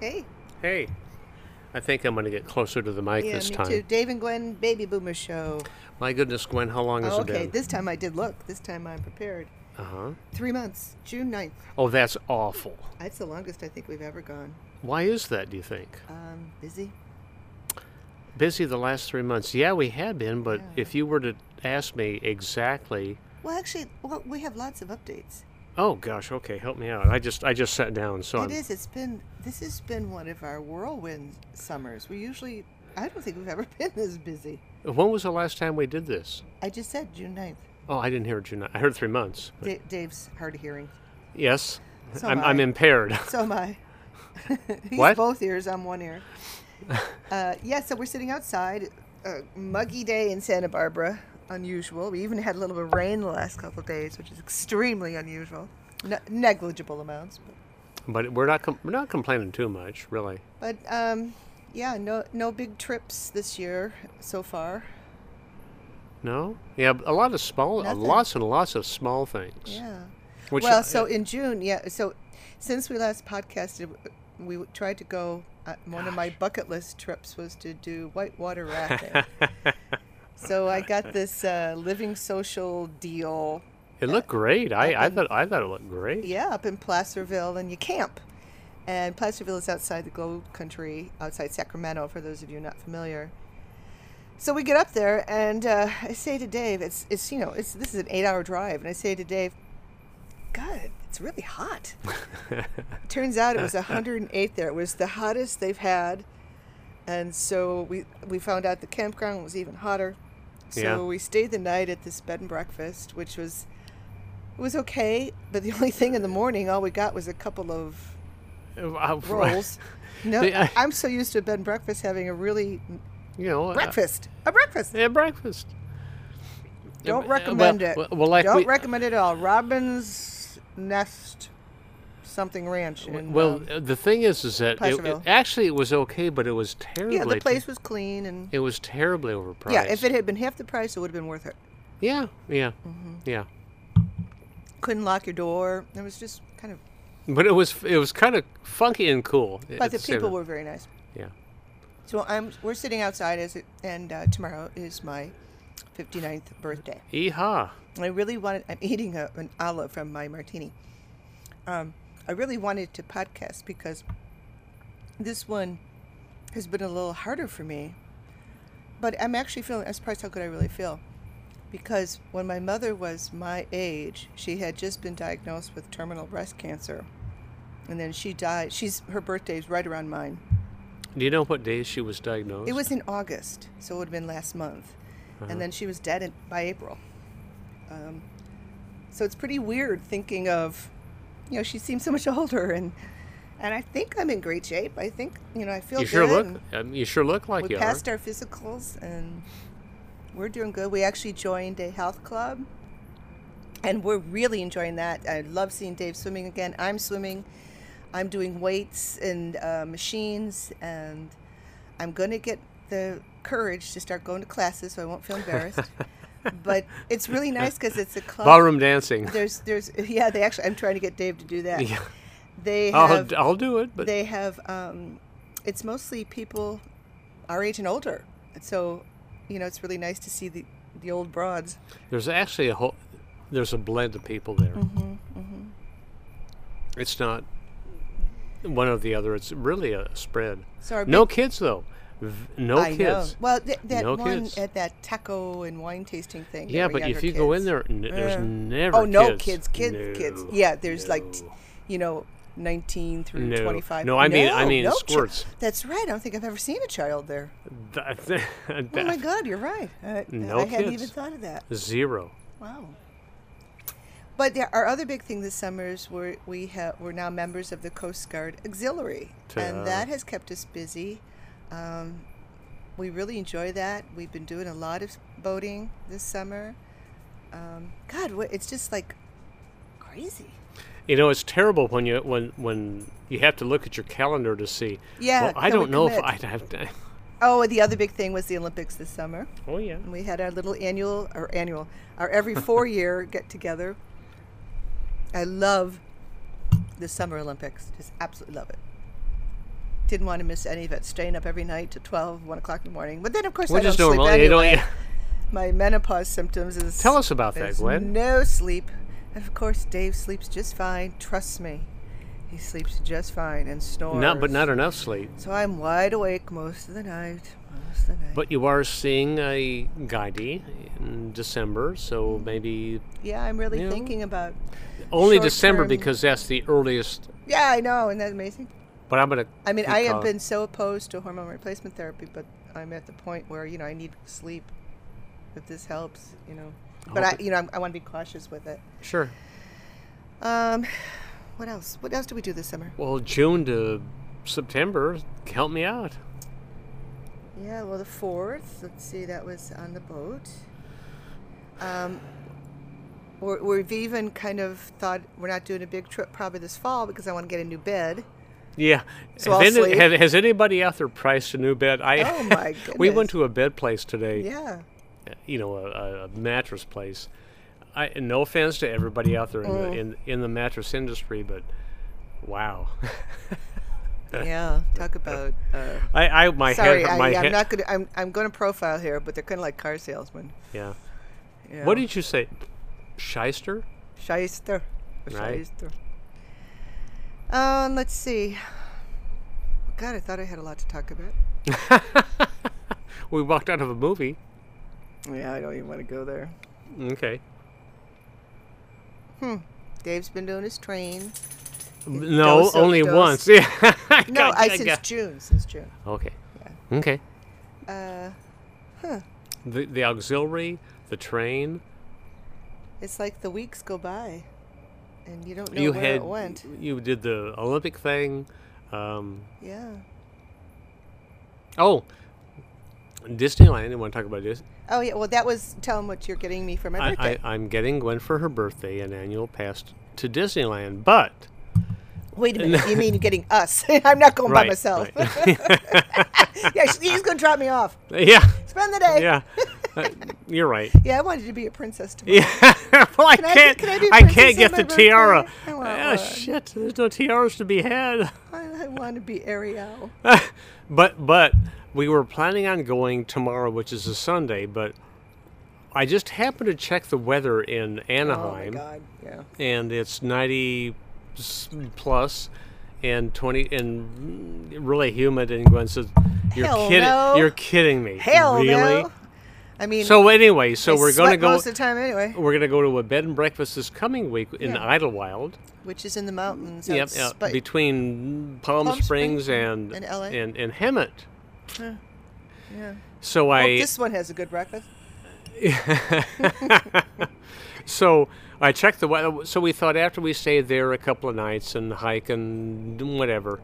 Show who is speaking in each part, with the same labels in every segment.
Speaker 1: Hey.
Speaker 2: Hey, I think I'm going to get closer to the mic
Speaker 1: Yeah,
Speaker 2: this
Speaker 1: me
Speaker 2: time.
Speaker 1: too. Dave and Gwen Baby Boomer Show.
Speaker 2: My goodness, Gwen, how long has
Speaker 1: Oh,
Speaker 2: it been?
Speaker 1: okay, this time I did look. This time I'm prepared.
Speaker 2: uh huh.
Speaker 1: Three months, June 9th.
Speaker 2: Oh, that's awful.
Speaker 1: That's the longest I think we've ever gone.
Speaker 2: Why is that? Do you think?
Speaker 1: Um, busy.
Speaker 2: Busy the last three months. Yeah, we have been, but
Speaker 1: Yeah.
Speaker 2: if you were to ask me exactly,
Speaker 1: Well, actually, well, we have lots of updates.
Speaker 2: oh gosh, okay, help me out. I just I just sat down, so
Speaker 1: It
Speaker 2: I'm-
Speaker 1: is. It's been. This has been one of our whirlwind summers. We usually. I don't think we've ever been this busy.
Speaker 2: when was the last time we did this?
Speaker 1: I just said June 9th.
Speaker 2: Oh, I didn't hear June. I heard three months.
Speaker 1: Da- Dave's hard of hearing.
Speaker 2: Yes,
Speaker 1: So
Speaker 2: I'm,
Speaker 1: am
Speaker 2: I'm
Speaker 1: I.
Speaker 2: impaired.
Speaker 1: So am I. He's
Speaker 2: What?
Speaker 1: both ears. I'm one ear. Uh, yeah, so we're sitting outside. A muggy day in Santa Barbara. Unusual. We even had a little bit of rain the last couple of days, which is extremely unusual. Ne- negligible amounts. But,
Speaker 2: but we're not com- we're not complaining too much, really.
Speaker 1: but um, yeah, no, no big trips this year so far.
Speaker 2: No. Yeah, a lot of small,
Speaker 1: Nothing.
Speaker 2: lots and lots of small things.
Speaker 1: Yeah.
Speaker 2: Which
Speaker 1: well,
Speaker 2: I- uh,
Speaker 1: so in June, yeah. So since we last podcasted, we w- tried to go. Uh, one of my bucket list trips was to do whitewater rafting. so I got this uh, living social deal.
Speaker 2: It looked great. I, I
Speaker 1: and-
Speaker 2: thought I thought it looked great.
Speaker 1: Uh, Yeah, up in Placerville, and you camp. And Placerville is outside the Glow Country, outside Sacramento, for those of you not familiar. So we get up there, and uh, I say to Dave, "It's it's you know it's this is an eight-hour drive," and I say to Dave, "God, it's really hot." Turns out it was 108 there. It was the hottest they've had, and so we we found out the campground was even hotter. So
Speaker 2: Yeah.
Speaker 1: we stayed the night at this bed and breakfast, which was it was okay. But the only thing in the morning, all we got was a couple of
Speaker 2: Uh,
Speaker 1: rolls. No,
Speaker 2: The- I-
Speaker 1: I'm so used to a bed and breakfast having a really
Speaker 2: you know, uh,
Speaker 1: breakfast, a breakfast.
Speaker 2: yeah, breakfast.
Speaker 1: Don't
Speaker 2: Uh,
Speaker 1: recommend
Speaker 2: well,
Speaker 1: it.
Speaker 2: Well, well, like
Speaker 1: Don't
Speaker 2: we,
Speaker 1: recommend it at all. Robin's Nest, something ranch. In,
Speaker 2: well,
Speaker 1: um,
Speaker 2: uh, the thing is, is that it, it,
Speaker 1: Placerville.
Speaker 2: actually it was okay, but it was terribly.
Speaker 1: yeah, the place was clean and
Speaker 2: it was terribly overpriced.
Speaker 1: yeah. If it had been half the price, it would have been worth it.
Speaker 2: Yeah, yeah,
Speaker 1: Mm-hmm.
Speaker 2: yeah.
Speaker 1: Couldn't lock your door. It was just kind of.
Speaker 2: But it was it was kind of funky and cool. at
Speaker 1: But the
Speaker 2: same
Speaker 1: people
Speaker 2: time.
Speaker 1: were very nice.
Speaker 2: Yeah.
Speaker 1: So I'm we're sitting outside as it, and uh, tomorrow is my 59th birthday.
Speaker 2: Eha.
Speaker 1: I really wanted. I'm eating a, an olive from my martini. Um, I really wanted to podcast because this one has been a little harder for me. But I'm actually feeling. I'm surprised how good I really feel, because when my mother was my age, she had just been diagnosed with terminal breast cancer, and then she died. She's her birthday's right around mine.
Speaker 2: Do you know what day she was diagnosed?
Speaker 1: It was in August, so it would have been last month.
Speaker 2: Uh-huh.
Speaker 1: And then she was dead in, by April. Um, so it's pretty weird thinking of, you know, she seems so much older, and and I think I'm in great shape. I think you know I feel
Speaker 2: You
Speaker 1: good.
Speaker 2: sure
Speaker 1: and
Speaker 2: look. Um, you sure look like
Speaker 1: we
Speaker 2: you
Speaker 1: passed
Speaker 2: are.
Speaker 1: our physicals, and we're doing good. We actually joined a health club, and we're really enjoying that. I love seeing Dave swimming again. I'm swimming. I'm doing weights and uh, machines, and I'm going to get the courage to start going to classes so I won't feel embarrassed. but it's really nice because it's a club.
Speaker 2: Ballroom dancing.
Speaker 1: There's, there's, yeah, they actually, I'm trying to get Dave to do that.
Speaker 2: Yeah. Oh,
Speaker 1: They
Speaker 2: I'll,
Speaker 1: have,
Speaker 2: I'll do it, but
Speaker 1: they have, um, it's mostly people our age and older. And So, you know, it's really nice to see the, the old broads.
Speaker 2: There's actually a whole, there's a blend of people there.
Speaker 1: Mm-hmm,
Speaker 2: It's not one or the other. It's really a spread.
Speaker 1: So our
Speaker 2: No kids though. V- No
Speaker 1: I
Speaker 2: kids.
Speaker 1: Know. Well, th- that
Speaker 2: No
Speaker 1: one
Speaker 2: kids.
Speaker 1: at that taco and wine tasting thing. there
Speaker 2: yeah,
Speaker 1: were
Speaker 2: but if
Speaker 1: younger
Speaker 2: you go in
Speaker 1: kids.
Speaker 2: there, n- there's
Speaker 1: Yeah.
Speaker 2: never.
Speaker 1: oh no, kids, kids,
Speaker 2: No.
Speaker 1: kids. Yeah, there's like, t-
Speaker 2: No.
Speaker 1: you know, nineteen through
Speaker 2: No.
Speaker 1: twenty-five.
Speaker 2: No, I mean- I
Speaker 1: No,
Speaker 2: mean
Speaker 1: no chi-
Speaker 2: squirts.
Speaker 1: That's right. I don't think I've ever seen a child there.
Speaker 2: That-
Speaker 1: Oh my
Speaker 2: that-
Speaker 1: God, you're right. I,
Speaker 2: No
Speaker 1: I hadn't even
Speaker 2: kids.
Speaker 1: thought of that.
Speaker 2: Zero.
Speaker 1: Wow. But there, our other big thing this summer is we're, we have, we're now members of the Coast Guard Auxiliary,
Speaker 2: Ta-da.
Speaker 1: and that has kept us busy. Um, we really enjoy that. We've been doing a lot of boating this summer. Um, God, what, it's just like crazy.
Speaker 2: You know, it's terrible when you when when you have to look at your calendar to see.
Speaker 1: Yeah,
Speaker 2: Well, I
Speaker 1: can we
Speaker 2: don't know if
Speaker 1: commit?"
Speaker 2: I'd have to.
Speaker 1: Oh, and the other big thing was the Olympics this summer.
Speaker 2: Oh yeah.
Speaker 1: We had our little annual, or annual, our every four year get together. I love the Summer Olympics. Just absolutely love it. Didn't want to miss any of it. Staying up every night to 12, 1 o'clock in the morning. But then, of course,
Speaker 2: We're
Speaker 1: I don't
Speaker 2: just
Speaker 1: sleep
Speaker 2: normal.
Speaker 1: anyway.
Speaker 2: You don't- yeah.
Speaker 1: My menopause symptoms is
Speaker 2: Tell us about that,
Speaker 1: is
Speaker 2: Gwen.
Speaker 1: No sleep. And of course, Dave sleeps just fine. Trust me, he sleeps just fine and snores.
Speaker 2: Not, but not enough sleep.
Speaker 1: So I'm wide awake most of the night. Most of the night.
Speaker 2: But you are seeing a guidey in December, so
Speaker 1: Hmm.
Speaker 2: maybe
Speaker 1: yeah, I'm really
Speaker 2: Yeah.
Speaker 1: thinking about.
Speaker 2: only December
Speaker 1: Short-term-
Speaker 2: because that's the earliest.
Speaker 1: Yeah, I know. Isn't that amazing?
Speaker 2: But I'm gonna.
Speaker 1: I mean,
Speaker 2: keep
Speaker 1: I have
Speaker 2: calm.
Speaker 1: been so opposed to hormone replacement therapy, but I'm at the point where you know I need sleep. If this helps, you know. But I,
Speaker 2: hope it-
Speaker 1: you know, I'm, I want to be cautious with it.
Speaker 2: Sure.
Speaker 1: Um, what else? What else do we do this summer?
Speaker 2: Well, June to September, help me out.
Speaker 1: Yeah, well, the fourth. Let's see, that was on the boat. Um, we're, we've even kind of thought we're not doing a big trip probably this fall because I want to get a new bed.
Speaker 2: Yeah.
Speaker 1: So
Speaker 2: Have
Speaker 1: I'll
Speaker 2: any-
Speaker 1: sleep.
Speaker 2: have- has anybody out there priced a new bed? I,
Speaker 1: Oh, my
Speaker 2: we
Speaker 1: goodness.
Speaker 2: went to a bed place today.
Speaker 1: Yeah.
Speaker 2: You know, a- a, a mattress place. I and no offense to everybody out there in,
Speaker 1: Mm.
Speaker 2: the, in in the mattress industry, but wow.
Speaker 1: Yeah. Talk about. Uh,
Speaker 2: I, I my
Speaker 1: sorry,
Speaker 2: head,
Speaker 1: I,
Speaker 2: my
Speaker 1: yeah, I'm
Speaker 2: head-
Speaker 1: not gonna. I'm I'm going to profile here, but they're kind of like car salesmen.
Speaker 2: yeah.
Speaker 1: Yeah.
Speaker 2: What did you say? Shyster?
Speaker 1: Shyster.
Speaker 2: Right.
Speaker 1: Shyster. Um, let's see. God, I thought I had a lot to talk about.
Speaker 2: We walked out of a movie.
Speaker 1: Yeah, I don't even want to go there.
Speaker 2: Okay.
Speaker 1: Dave's been doing his train.
Speaker 2: M- No,
Speaker 1: dose of-
Speaker 2: only
Speaker 1: dose.
Speaker 2: once. Yeah.
Speaker 1: No,
Speaker 2: God,
Speaker 1: I
Speaker 2: God,
Speaker 1: since
Speaker 2: God.
Speaker 1: June. Since June.
Speaker 2: Okay. Okay.
Speaker 1: Uh,
Speaker 2: The the auxiliary, the train.
Speaker 1: it's like the weeks go by, and you don't know
Speaker 2: you
Speaker 1: where
Speaker 2: had
Speaker 1: it went.
Speaker 2: you did the Olympic thing. Um,
Speaker 1: Yeah.
Speaker 2: oh, Disneyland. You want to talk about this?
Speaker 1: Oh yeah. Well, that was tell him what you're getting me for my
Speaker 2: I,
Speaker 1: birthday.
Speaker 2: I, I'm getting Gwen for her birthday an annual pass to Disneyland, but
Speaker 1: Wait a minute. you mean getting us? I'm not going
Speaker 2: right,
Speaker 1: by myself.
Speaker 2: right.
Speaker 1: yeah, she- he's going to drop me off.
Speaker 2: yeah,
Speaker 1: Spend the day.
Speaker 2: yeah. Uh, you're right.
Speaker 1: Yeah, I wanted to be a princess tomorrow.
Speaker 2: Yeah. well, I
Speaker 1: Can I be-
Speaker 2: can't.
Speaker 1: can I be a
Speaker 2: I,
Speaker 1: princess
Speaker 2: can't get
Speaker 1: on
Speaker 2: the
Speaker 1: my
Speaker 2: tiara.
Speaker 1: birthday? I want
Speaker 2: Ah,
Speaker 1: one.
Speaker 2: shit. There's no tiaras to be had.
Speaker 1: I, I want to be Ariel.
Speaker 2: but but we were planning on going tomorrow, which is a Sunday. But I just happened to check the weather in
Speaker 1: Oh my
Speaker 2: Anaheim,
Speaker 1: God. Yeah.
Speaker 2: and it's 90 s- plus and 20 and really humid. And Gwen says, "You're
Speaker 1: Hell
Speaker 2: kidding!
Speaker 1: no.
Speaker 2: You're kidding me!
Speaker 1: Hell
Speaker 2: really?"
Speaker 1: no. I mean,
Speaker 2: So anyway, so
Speaker 1: I
Speaker 2: we're going to
Speaker 1: sweat
Speaker 2: go.
Speaker 1: most of the time anyway,
Speaker 2: We're going to go to a bed and breakfast this coming week in
Speaker 1: Yeah.
Speaker 2: Idlewild.
Speaker 1: which is in the mountains.
Speaker 2: Yep,
Speaker 1: out
Speaker 2: yeah,
Speaker 1: spi-
Speaker 2: between Palm,
Speaker 1: Palm
Speaker 2: Springs,
Speaker 1: Springs
Speaker 2: and
Speaker 1: and LA.
Speaker 2: and, and Hemet.
Speaker 1: yeah.
Speaker 2: So
Speaker 1: Well,
Speaker 2: I
Speaker 1: this one has a good breakfast.
Speaker 2: so I checked the weather. So we thought after we stayed there a couple of nights and hike and whatever,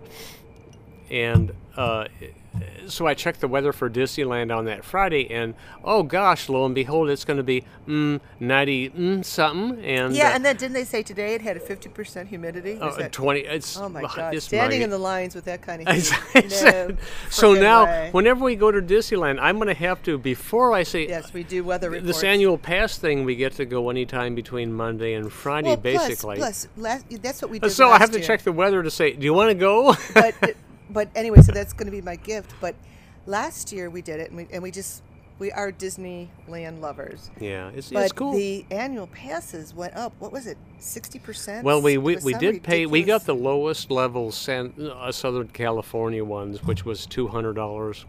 Speaker 2: and uh, so I checked the weather for Disneyland on that Friday, and oh gosh, lo and behold, it's going to be mm, ninety mm, something, and
Speaker 1: Yeah,
Speaker 2: uh,
Speaker 1: and then didn't they say today it had a 50% humidity? Is
Speaker 2: uh,
Speaker 1: that-
Speaker 2: twenty. It's uh,
Speaker 1: oh my
Speaker 2: it's
Speaker 1: God.
Speaker 2: my-
Speaker 1: Standing in the lines with that kind of
Speaker 2: I
Speaker 1: heat.
Speaker 2: said-
Speaker 1: no
Speaker 2: so
Speaker 1: frickin'
Speaker 2: now,
Speaker 1: way.
Speaker 2: whenever we go to Disneyland, I'm going to have to before I say
Speaker 1: Yes, we do weather reports.
Speaker 2: this annual pass thing, we get to go anytime between Monday and Friday,
Speaker 1: well, plus-
Speaker 2: basically.
Speaker 1: Plus, last, that's what we did
Speaker 2: so I
Speaker 1: last
Speaker 2: have to
Speaker 1: year.
Speaker 2: check the weather to say, do you want to go?
Speaker 1: but but anyway, so that's going to be my gift. But last year we did it, and we and we just we are Disneyland lovers.
Speaker 2: yeah, it's,
Speaker 1: But
Speaker 2: it's cool.
Speaker 1: the annual passes went up. What was it? Sixty percent.
Speaker 2: well, we, we, we did pay. We got the lowest level San, uh, Southern California ones, which was two hundred dollars,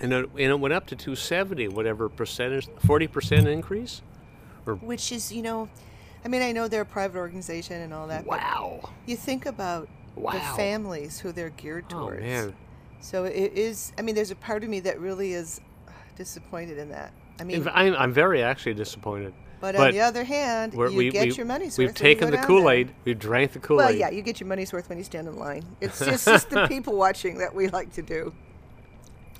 Speaker 2: and it, and it went up to two seventy, whatever percentage, forty percent increase.
Speaker 1: which is you know, I mean I know they're a private organization and all that.
Speaker 2: Wow!
Speaker 1: But you think about the
Speaker 2: Wow.
Speaker 1: families who they're geared
Speaker 2: Oh
Speaker 1: towards.
Speaker 2: man!
Speaker 1: So it is. I mean, there's a part of me that really is disappointed in that. I mean,
Speaker 2: In- I'm, I'm very actually disappointed.
Speaker 1: but, on the other hand,
Speaker 2: we're-
Speaker 1: you get your money's
Speaker 2: We've
Speaker 1: worth. when you
Speaker 2: taken
Speaker 1: go
Speaker 2: the
Speaker 1: down there.
Speaker 2: Kool Aid. We've drank the Kool Aid.
Speaker 1: Well, yeah, you get your money's worth when you stand in line. It's just, it's just the people watching that we like to do.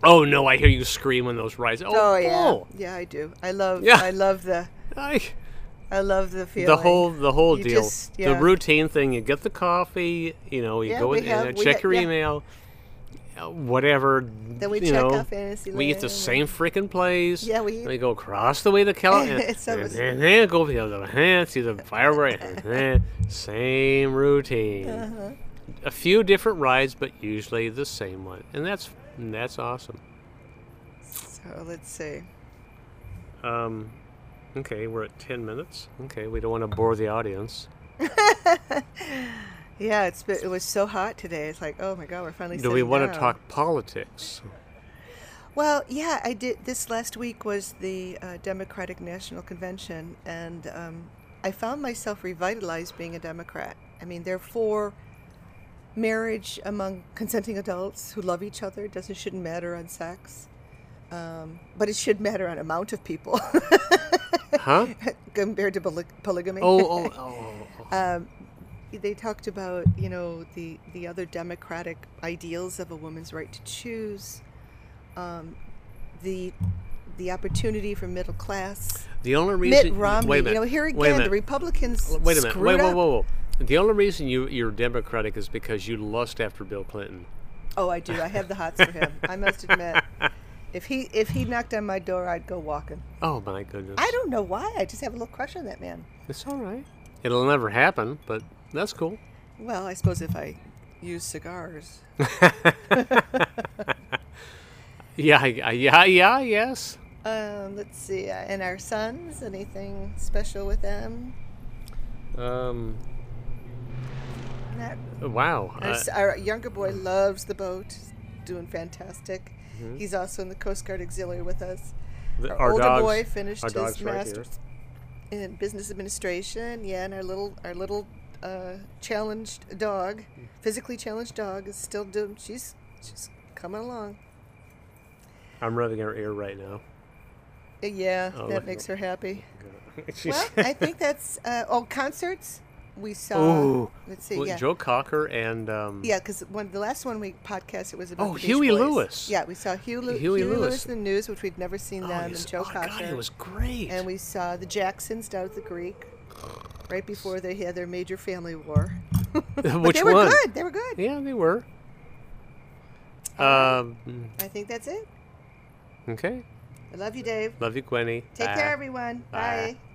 Speaker 2: Oh no! I hear you scream when those rise. Oh,
Speaker 1: Oh yeah,
Speaker 2: oh.
Speaker 1: yeah, I do. I love,
Speaker 2: Yeah.
Speaker 1: I love the,
Speaker 2: I,
Speaker 1: I love the feeling.
Speaker 2: the whole the whole
Speaker 1: You
Speaker 2: deal.
Speaker 1: just- yeah.
Speaker 2: The routine thing. You get the coffee. You know. You
Speaker 1: Yeah,
Speaker 2: go
Speaker 1: we
Speaker 2: in
Speaker 1: have-
Speaker 2: and
Speaker 1: we
Speaker 2: check
Speaker 1: ha-
Speaker 2: your
Speaker 1: yeah.
Speaker 2: email. uh, Whatever.
Speaker 1: Then we
Speaker 2: you
Speaker 1: check
Speaker 2: know,
Speaker 1: out Fantasyland
Speaker 2: We eat the
Speaker 1: and-
Speaker 2: same freaking place.
Speaker 1: Yeah, we eat-
Speaker 2: We go across the way to California.
Speaker 1: It's so
Speaker 2: and
Speaker 1: bizarre.
Speaker 2: then, then
Speaker 1: Uh-huh.
Speaker 2: go over the other hand, see the fireworks. and then same routine. a few different rides, but usually the same one, and that's and that's awesome.
Speaker 1: So let's see.
Speaker 2: Um, okay, we're at ten minutes. Okay, we don't want to bore the audience.
Speaker 1: Yeah, it's been, it was so hot today. It's like, oh my god, we're finally.
Speaker 2: Do we
Speaker 1: sitting
Speaker 2: want to
Speaker 1: down.
Speaker 2: talk politics?
Speaker 1: Well, yeah, I did. This last week was the uh, Democratic National Convention, and um, I found myself revitalized being a Democrat. I mean, they're for marriage among consenting adults who love each other. It doesn't shouldn't matter on sex, um, but it should matter on amount of people
Speaker 2: Huh?
Speaker 1: compared to poly- polygamy.
Speaker 2: Oh, oh, oh, oh, oh.
Speaker 1: um, they talked about you know the the other democratic ideals of a woman's right to choose, um, the the opportunity for middle class.
Speaker 2: The only reason.
Speaker 1: Mitt Romney,
Speaker 2: wait a
Speaker 1: you
Speaker 2: minute,
Speaker 1: know, here
Speaker 2: wait a
Speaker 1: again, the
Speaker 2: minute.
Speaker 1: Republicans
Speaker 2: Wait a minute.
Speaker 1: screwed
Speaker 2: Wait, whoa,
Speaker 1: up.
Speaker 2: whoa, whoa. The only reason you you're Democratic is because you lust after Bill Clinton.
Speaker 1: Oh, I do. I have the hots for him. I must admit, if he if he knocked on my door, I'd go walking.
Speaker 2: Oh my goodness.
Speaker 1: I don't know why. I just have a little crush on that man.
Speaker 2: It's all right. It'll never happen, but that's cool.
Speaker 1: Well, I suppose if I use cigars.
Speaker 2: Yeah, I- I- yeah, yeah, yes.
Speaker 1: Um, let's see. Uh, and our sons, anything special with them?
Speaker 2: Um,
Speaker 1: Not
Speaker 2: wow. Uh,
Speaker 1: Our,
Speaker 2: I-
Speaker 1: s our younger boy loves the boat, he's doing fantastic. He's also in the Coast Guard Auxiliary with us. Our,
Speaker 2: th- Mm-hmm. our
Speaker 1: older
Speaker 2: dogs,
Speaker 1: boy finished
Speaker 2: our
Speaker 1: his
Speaker 2: dogs right here.
Speaker 1: master's in business administration. Yeah, and our little our little uh, challenged dog,
Speaker 2: Mm.
Speaker 1: physically challenged dog, is still doing. She's she's coming along.
Speaker 2: I'm rubbing her ear right now.
Speaker 1: Uh, Yeah,
Speaker 2: Oh, look
Speaker 1: that
Speaker 2: at
Speaker 1: makes
Speaker 2: her.
Speaker 1: her happy.
Speaker 2: She's-
Speaker 1: Well, I think that's uh, oh concerts. We saw.
Speaker 2: Ooh.
Speaker 1: Let's see.
Speaker 2: Well,
Speaker 1: yeah.
Speaker 2: Joe Cocker and um,
Speaker 1: Yeah, because when the last one we podcast, it was about
Speaker 2: Oh,
Speaker 1: the Beach
Speaker 2: Huey
Speaker 1: Boys.
Speaker 2: Lewis.
Speaker 1: Yeah, we saw Huey, Lew-
Speaker 2: Huey
Speaker 1: Huey, Lewis.
Speaker 2: Lewis.
Speaker 1: in the news, which we'd never seen
Speaker 2: oh,
Speaker 1: them,
Speaker 2: yes.
Speaker 1: and um, Joe
Speaker 2: oh,
Speaker 1: Cocker,
Speaker 2: God, it was great.
Speaker 1: and we saw the Jacksons down at the Greek right before they had their major family war. but
Speaker 2: Which
Speaker 1: they were
Speaker 2: one?
Speaker 1: good. They were good.
Speaker 2: Yeah, they were. Um,
Speaker 1: I think that's it.
Speaker 2: okay.
Speaker 1: I love you, Dave.
Speaker 2: Love you, Gwenny.
Speaker 1: Take
Speaker 2: Bye.
Speaker 1: care, everyone.
Speaker 2: Bye.
Speaker 1: Bye.